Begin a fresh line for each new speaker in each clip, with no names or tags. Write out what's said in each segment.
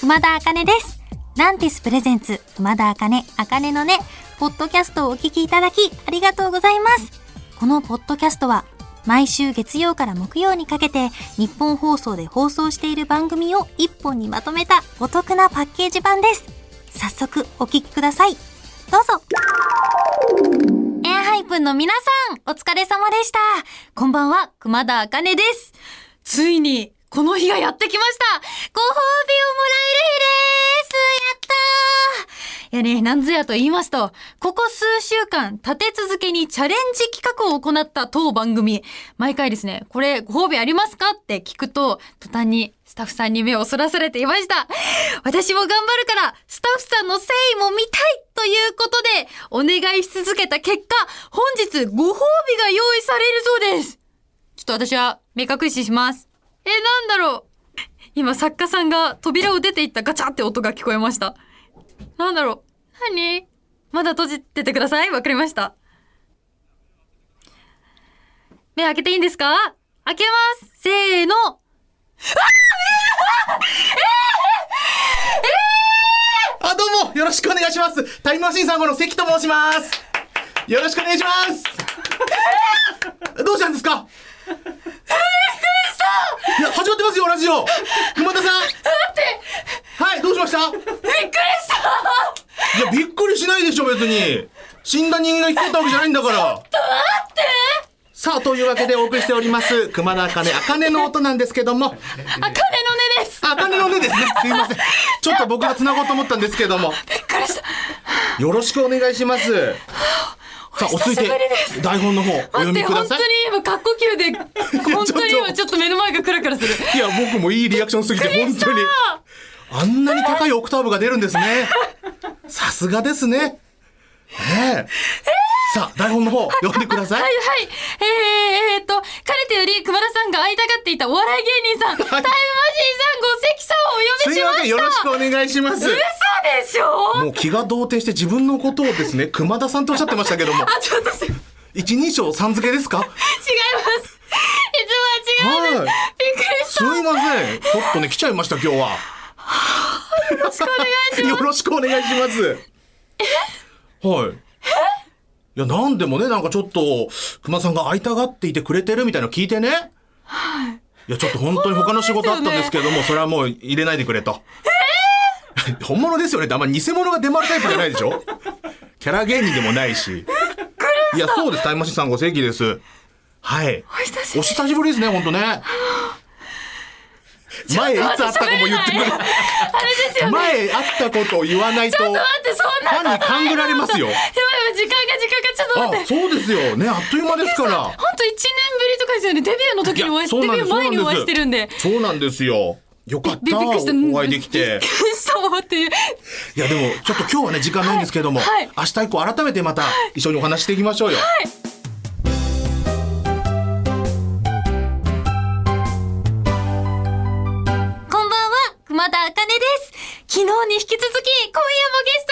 熊田茜です。ランティスプレゼンツ、熊田茜、茜のね、ポッドキャストをお聞きいただき、ありがとうございます。このポッドキャストは、毎週月曜から木曜にかけて、日本放送で放送している番組を一本にまとめたお得なパッケージ版です。早速、お聞きください。どうぞ。エアハイプの皆さん、お疲れ様でした。こんばんは、熊田あかねです。ついに、この日がやってきました。ご褒美をもらえる日です。やったーいやね、なんぞやと言いますと、ここ数週間、立て続けにチャレンジ企画を行った当番組。毎回ですね、これご褒美ありますかって聞くと、途端にスタッフさんに目をそらされていました。私も頑張るから、スタッフさんの誠意も見たいということで、お願いし続けた結果、本日ご褒美が用意されるそうです。ちょっと私は目隠しします。え、なんだろう今作家さんが扉を出ていったガチャって音が聞こえました。なんだろう何まだ閉じててください。わかりました。目開けていいんですか開けます。せーの。あ
あ、どうも、よろしくお願いします。タイムマシーンさん号の関と申します。よろしくお願いします。どうしたんですか。いや、始まってますよ、ラジオ。熊田さん。はい、どうしました。
びっくりした
いや、びっくりしないでしょ、別に。死んだ人間が生きてたわけじゃないんだから。さあ、というわけでお送りしております、熊田茜、茜の音なんですけども、
あかねの音です
あ茜の音ですね、すいません。ちょっと僕が繋ごうと思ったんですけども、
びっくりした
よろしくお願いします。 さあ、お
久
つい
してぶりです
台本の方お
待
読
っ
み
て、
くだ
本当
さ
に今、過呼吸 で、本当に今、ちょっと目の前がクラクラする。
い。いや、僕もいいリアクションすぎて、本当に。
あ
あんなに高いオクターブが出るんで すね。さすがですね。ねえ。さあ、台本の方読んでください
はい。はい。えー、えー、っと、かねてより熊田さんが会いたがっていたお笑い芸人さん、タイムマシーン3号関さんをお呼び
す
し
い
ま
ま
した
せん、よろしくお願いします。
嘘でしょ
もう気が動転して自分のことをですね、熊田さんとおっしゃってましたけども、
あ、ちょっとす、違いま
一人称さん付けですか
す。いつもは違うんです。
は
びっくりし
すいません。ちょっとね、来ちゃいました、今日は。よろしくお願いします。よろしくお願いします。はい。いや、なんでもね、なんかちょっと、熊さんが会いたがっていてくれてるみたいなの聞いてね。はい。いや、ちょっと本当に他の仕事あったんですけども、それはもう入れないでくれと。本物ですよねってあんま偽物が出回るタイプじゃないでしょキャラ芸人でもないし。いや、そうです。タイムマシーンさんご正規です。はい。
た。お久しぶ
お
り。
久しぶりですね、本当ね。前いつ会ったかも言ってくれ
あれですよね。
前会ったことを言わないと、
ちょっと待って、そんなこと
ファン
ない
に勘ぐられますよ
やばいやばい、時間が時間が、ちょっと
あ
待って、。
そうですよ。ね、あっという間ですから。
本当一年ぶりとかですよね。デビューの時にお会いし
そ
デ
う
ビ
な
ュー
んです。そうな
前
ん
に
で
お会いしてるんで。
す。そうなんですよ。よかった。
びびっくりした。
お会いできて
びっ。くりしたわっていう。
いや、でも、ちょっと今日はね、時間ないんですけども、
はいはい
明日以降改めてまた一緒にお話していきましょうよ。
こんばんは、熊田茜です。昨日に引き続き、今夜もゲスト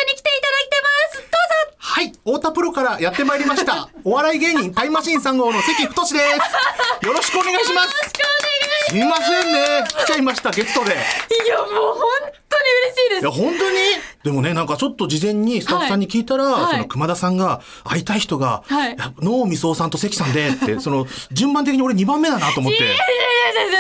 に来ていただいてます。どうぞ
はい、太田プロからやってまいりました。お笑い芸人タイムマシーン3号の関太志です。よろしくお願いしま
よ
す。
ろしくお
すいませんね。来ちゃいました、ゲストで。
願いいや、もう本当に嬉しい
い
で
や、
す。
本当に でもね、なんかちょっと事前にスタッフさんに聞いたら、
はい
その熊田さんが、会いたい人が、
はい
や能みそさんと関さん で、って、その、順番的に俺2番目だなと思って。
いやいやいやいやいや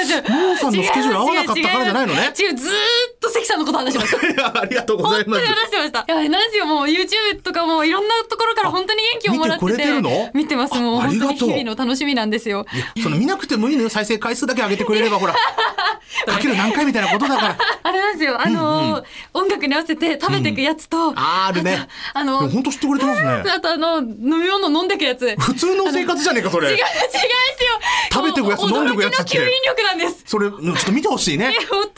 モーさんのスケジュール合わなかったからじゃないのね
違う、違うずーっと関さんのこと話し ました。
いや、ありがとうござ
本
い
当
ま
に
す。
話してました。いや、なんですよ、もう YouTube とかもいろんなところから本当に元気をもらってて。
見てくれてるの
見てます、もう
ああ
本
りが
当
とう
に日々の楽しみなんですよ。
いやその見なくてもいいのよ、再生回数だけ上げてくれれば、ほら、かける何回みたいなことだから。
あれなんですよ、あのー音楽に合わせて食べていくやつと、
あるね。
あの
でも本当知ってくれてますね。
あとあの、飲み物飲んでくやつ。違う、違う
普通の生活じゃねえか、それ。
ですよ。
食べてくやつ飲んでくやつ
驚
っ
き
て
の吸引力なんです。
それ、ちょっと見てほしいね
え、。本当に見て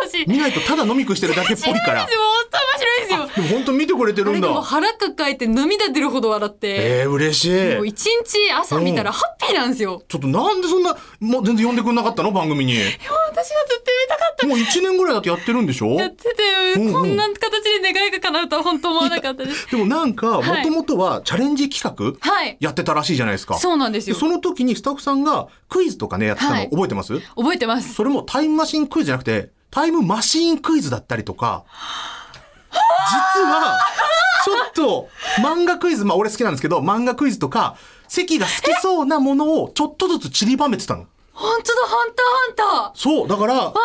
ほしい。
見ないとただ飲み食いしてるだけっぽいから。
違うんですよ本当面白いですよ。
でも本当見てくれて
あ
る
れ
ん
でも
だ。
腹抱えて涙出るほど笑って、
えー、嬉しい。
もう一日朝見たらハッピーなんですよ。
ちょっとなんでそんな、もう全然呼んでくんなかったの番組に。
いや私はずっと見たかった。
もう1年ぐらいだってやってるんでしょ
やってて、
うんう
こ
ん
んな形で願いが叶うとは本当思わなかったです。
でもなんか、も
はい
ともとはチャレンジ企画
はい。
やってたらしいじゃないですか。
そうなんです
で
よ。
その時にスタッフさんがクイズとかね、やってた
は
の
い
覚えてます
覚えてます。
それもタイムマシンクイズじゃなくて、タイムマシーンクイズだったりとか、実は、ちょっと、漫画クイズ、まあ俺好きなんですけど、漫画クイズとか、関が好きそうなものをちょっとずつ散りばめてたの。
ほんとだ、ハンターハンター
そう、だから、
ワンピ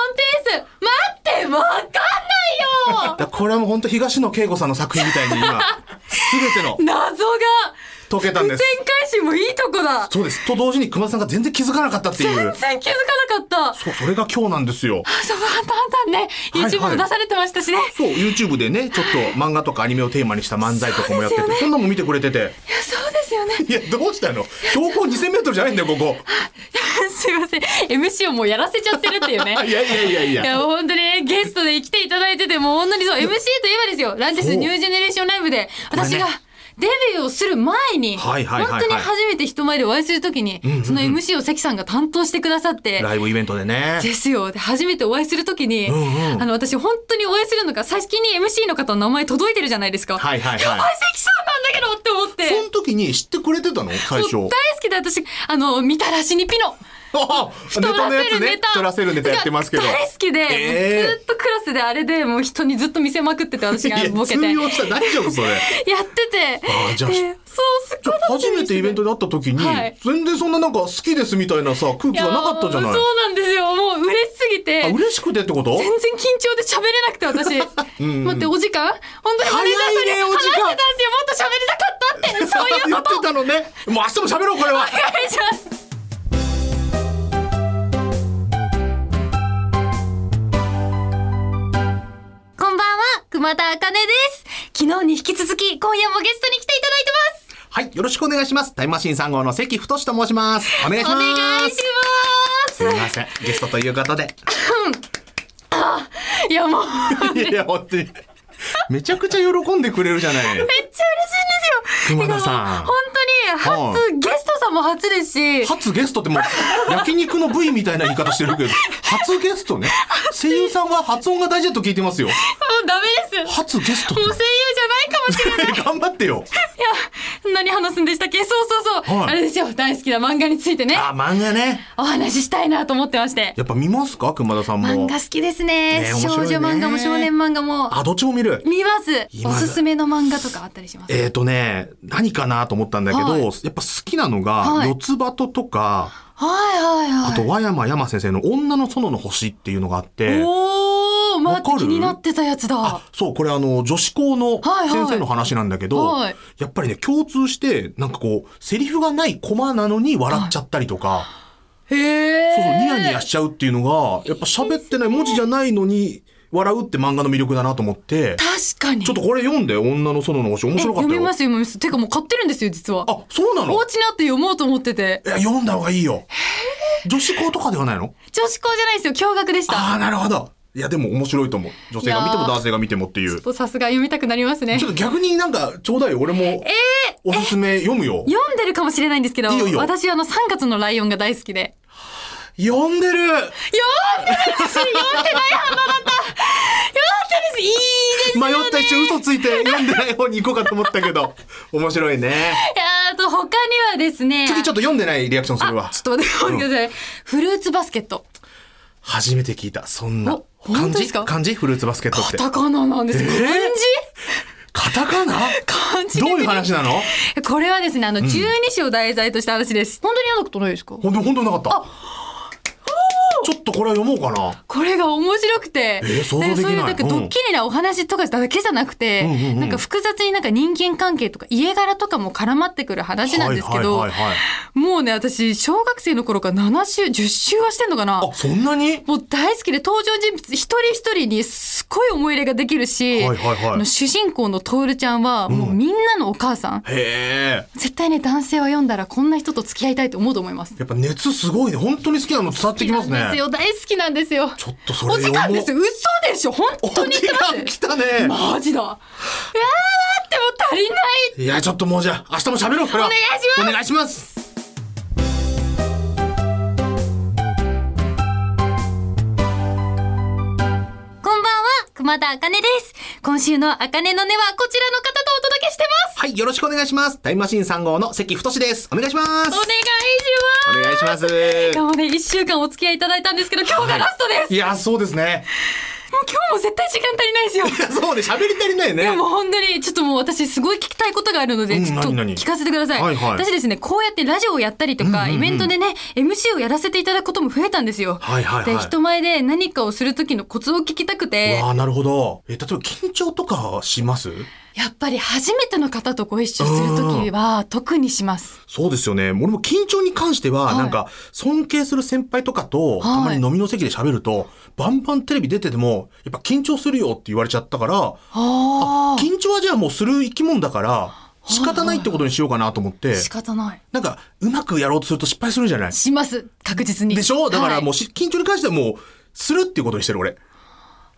ース待ってわかん ないよ
だからこれはもう本当東野圭吾さんの作品みたいに今、すべての
謎が
解けたん
伏線
です。
回収もいいとこだ
そうです。と同時に熊田さんが全然気づかなかったってい
全
う。
然気づかなかった
そう、それが今日なんですよ。
そう、ハンターハンターね、
はいはい
YouTube も出されてましたしね。
そう、YouTube でね、ちょっと漫画とかアニメをテーマにした漫才とかもやってて、そ,、んなも見てくれてて。
いや、そうですよね。
いや、どうしたの標高2000メートルじゃないんだよ、ここ。
すいません。MC をもうやらせちゃってるっていうね。
いやいやいやい
いや、
や。
本当にね、ゲストで来ていただいてて、もう本当にそう、MC といえばですよ、ランティ
そ
ス
う
ニュージェネレーションライブで、
れね
私が、デビューをする前に、
はいはいはいはい
本当に初めて人前でお会いするときに、その MC を関さんが担当してくださって、
ライブイベントでね。
ですよ。で、初めてお会いするときに、
うんうん
あの、私本当にお会いするのが、最近に MC の方の名前届いてるじゃないですか。
はいはいはい
やばい、関さんなんだけどって思って。
その時に知ってくれてたの最初。
もう大好きで私あの見たらしにピノ
あ
太
ネタ
ら
のや
せ
つ
るネ
ね。
タ
取らせるネタやってますけど。
が大好きで、
ええ
もうずっとクラスであれでもう人にずっと見せまくってて私
い
が
や、
ボケて
通
やっ
用した。大丈夫それ。
てて
あじゃあ
えーそうすっごい楽しみにし
初めてイベントで会った時に、
はい
全然そんななんか好きですみたいなさ、空気がなかったじゃない
やーそうなんですよもう嬉しすぎて
あ
全然
嬉しくてってこと
緊張で喋れなくて私
んうん
待ってお時間本当にマネージャーさんに
早いねお
話
時
して
間
たんですよもっと喋りたかったって そういう
言
こ
っ
と
てたのね。もう明日も喋ろう、これは。
お 願いしますこんばんは熊田茜です昨日に引き続き今夜もゲストに来ていただいてます
はい、よろしくお願いします。タイムマシーン3号の関太と申します。お願いします。
お願いします
すみません、ゲストということで。
いやもう
いやいや、本当に。めちゃくちゃ喜んでくれるじゃない。
めっちゃ嬉しいんですよ
熊田さん
本当に初、ゲストさんも初ですし
初ゲストってもう、焼肉の部位みたいな言い方してるけど、初ゲストね。声優さんは発音が大事だと聞いてますよ。
もうダメです
初ゲスト っ
もう
て
声優じゃないかもし れない
頑張ってよ。
いや何話すんでしたっけそうそうそう、
はい
あれですよ大好きな漫画についてね
あ、漫画ね。
お話ししたいなと思ってまして
やっぱ見ますか熊田さんも。
漫画好きですね
ね面
少
白いね
女漫画も少年漫画も
あ、どっちも見る。
見ます
今
お
だ
すすめの漫画とかあったりします
えーとね、何かなと思ったんだけど、
はい
やっぱ好きなのが、
はい
四つ葉ととか、
はいはいはい
あと和山山先生の女の園の星っていうのがあって、
おー待って
わか
気
る
になってたやつだ
あ、そう、これあの、女子校の
はいはい
先生の話なんだけど、
はい
やっぱりね、共通して、なんかこう、セリフがないコマなのに笑っちゃったりとか、
へえ
そうそう、ニヤニヤしちゃうっていうのが、やっぱ喋ってない文字じゃないのに、笑うって漫画の魅力だなと思って、
確かに
ちょっとこれ読んで、女の園の星、面
え
白かっ
読
た
み
よ。
ます読みますてかもう買ってるんですよ実は
あ、そうなの
お家にあって読もうと思ってて
いや読んだ方がいいよ。女子校とかではないの
女子校じゃないですよ驚愕でし
ああ、
た
なるほど。いや、でも面白いと思う。女性が見ても
いやー
男性が見てもっていう。
ちょっ
ち
とさすが読みたくなりますね
ょっと逆になんか、ちょうだいよ。俺も、おすすめ読むよ。
読んでるかもしれないんですけど
いいよいいよ
私あの3月のライオンが大好き で
読んでる
いいです
迷った一瞬嘘ついて読んでない方に行こうかと思ったけ ど。面白いね。
いやーあと他にはですね
次ちょっと読んでないリアクションするわ
あ。ちょっと待って待ってください。フルーツバスケット。
初めて聞いた。そんな
お。
漢
本当で
字
すか
漢字フルーツバスケットっ
カ
て。
タカナなんですよ。
えーカタカナ
漢字漢字
どういう話なの
これはですね、あの、12種を題材とした話です。本当にやだことないですか
ほんと、ほんとなかった。ちょっとこれは読もうかな。
これが面白くて、
えー想像できな
ん
い
かそういうなんかドッキリなお話とかだけじゃなくて、
んうんうん
なんか複雑になんか人間関係とか家柄とかも絡まってくる話なんですけど、
はいはいはいはい
もうね、私、小学生の頃から7週、10週はしてんのかな
あ、そんなに
もう大好きで登場人物一人一人にすっごい思い入れができるし、
はいはいはい
あの主人公のトールちゃんはもうみんなのお母さん、
へえ。
絶対ね男性は読んだらこんな人と付き合いたいと思うと思います。
やっぱ熱すごいね。本当に好きなの伝わってきます
好きなんです
ね。
よ大好きなんですよ。
ちょっとそれ
お時間です
よ。
嘘でしょ本
お
当に言っ
時
てます
間来たね。
マジだ。うわーってもう足りない
いや、ちょっともうじゃあ、明日も喋ろうから。
お願いします
お願いします。
こんばんは、熊田茜です。今週の茜の音はこちらの方とお届け届けしてます
はい、よろしくお願いします。タイムマシーン3号の関太です。お願いします。
お願いしま
お願いします。
すいやもうね、1週間お付き合いいただいたんですけど、今日がラストです、
いや、そうですね。
もう今日も絶対時間足りないですよ
いや、そうで、喋り足りないよ
いや
ね。
もう本当にちょっともう私すごい聞きたいことがあるので、
うん
ちょっと
何何
聞かせてください、
はいはい
私ですねこうやってラジオをやったりとか、
うんうんうん
イベントでね MC をやらせていただくことも増えたんですよ、
はいはいはい
で人前で何かをする時のコツを聞きたくて
わあ、なるほど。え、例えば緊張とかします
やっぱり初めての方とご一緒する時は特にします
そうですよね。俺も緊張に関しては、
はい
なんか、尊敬する先輩とか
は
と、
い
たまに飲みの席で喋ると、バンバンテレビ出てても、やっぱ緊張するよって言われちゃったから、
ああ
緊張はじゃあもうする生き物だから、仕方ないってことにしようかなと思って、
仕方ない
なんか、うまくやろうとすると失敗するじゃない
します確実に
でしょだからもう
う、
し、緊張に関してはもう、するっていうことにしてる俺。
はい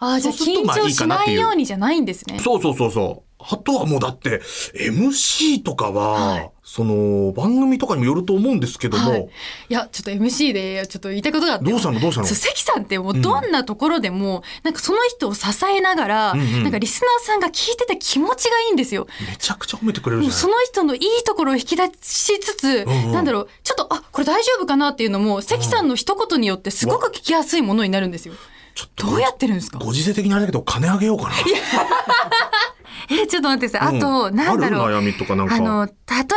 あーじゃあ
そうするとまあ
緊張
いい
し
かなっ
な
てい
いうようにじゃないんですね
そうそうそうそう。あとはもうだって、MC とかは、
はい
その、番組とかにもよると思うんですけども、
はい、いやちょっと MC でちょっと言いたいことがあって
どうしたのどうしたの
そう関さんってもうどんなところでも、なんかその人を支えながら、
うんうん
なんかリスナーさんが聞いてて気持ちがいいんですよ。
めちゃくちゃ褒めてくれる
もう
じゃない
その人のいいところを引き出しつつ、
うんうん
なんだろうちょっとあこれ大丈夫かなっていうのも関さんの一言によってすごく聞きやすいものになるんですよ。
ちょっと
どうやってるんですか
ご時世的にあれだけど、金あげようかな。
えちょっと待ってくださいあと、
うん
なんだろ
あ
う
る悩みとかなんか。
あの例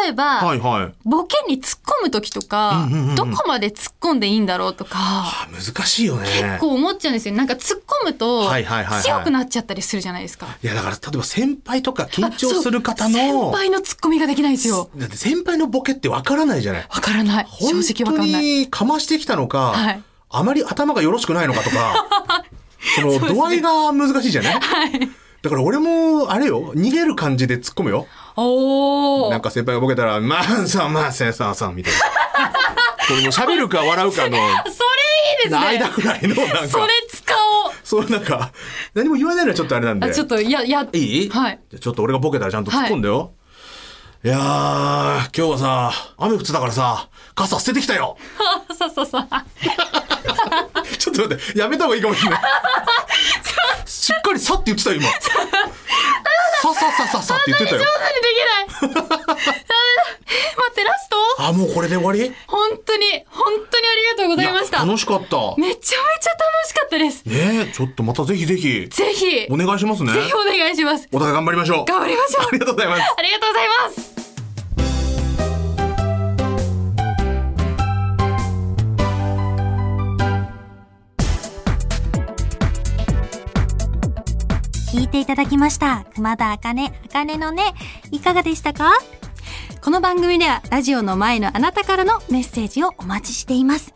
えば、
はいはい。
ボケに突っ込む時とか、
うんうんうんうん
どこまで突っ込んでいいんだろうとか。
あ難しいよね。
結構思っちゃうんですよなんか突っ込むと
はいはいはいはい
強くなっちゃったりするじゃないですか。
いや、だから、例えば先輩とか緊
あそ
張
う
する方の
先、輩のツッコミができないんですよ
だって先輩のボケってわからないじゃない。
わからない正直わ
本
か
当
んない
にかましてきたのか、
はい
あまり頭がよろしくないのかとか、 その
そうですね
度合いが難しいじゃない、
はい
だから俺も、あれよ、逃げる感じで突っ込むよ。
お
なん
ー
か先輩がボケたら、まあさんまあせんさんさんみたいな。これもう喋るか笑うか
それい
の
いです
間
ね
ぐらいの、なん
そ
か
れ、使おう
そうなんか、何も言わないのはちょっとあれなん
あ
で。
ちょっといやいや
いい、
はい
じゃあちょっと俺がボケたらちゃんと突っ込んでよ。い、やー、今日はさ、雨降ってたからさ、傘捨ててきたよ。
そうそうそう
ちょっと待って、やめた方がいいかもし れない。しっかりさって言ってたよ、今。さささささって言ってたよ。
そんなにできないダメだえ待ってラスト
あ、もうこれで終わり
本当に本当にありがとうございました
や
めち
楽しかった。
ゃめちゃ楽しかったです
ねえ、ちょっとまたぜひぜひ、
ぜひぜ
お願いしますね。
ひお願いします
お互い頑張りましょう。
頑張りましょう
ありがとうございます。
ありがとうございます
聞いていただきました。熊田茜、茜のね、いかがでしたかこの番組ではラジオの前のあなたからのメッセージをお待ちしています。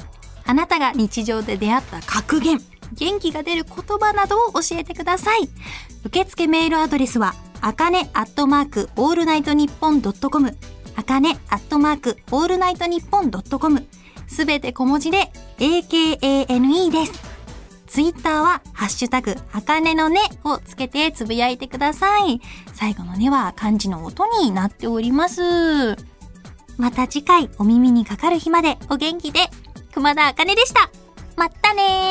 あなたが日常で出会った格言、元気が出る言葉などを教えてください。受付メールアドレスは、あかねアットマークオールナイトニッポンドットコム、あかねアットマークオールナイトニッポンドットコム、すべて小文字で AKANE です。ツイッターは、ハッシュタグ、あかねのねをつけてつぶやいてください。最後のねは漢字の音になっております。また次回お耳にかかる日までお元気で、熊田あかねでした。まったねー。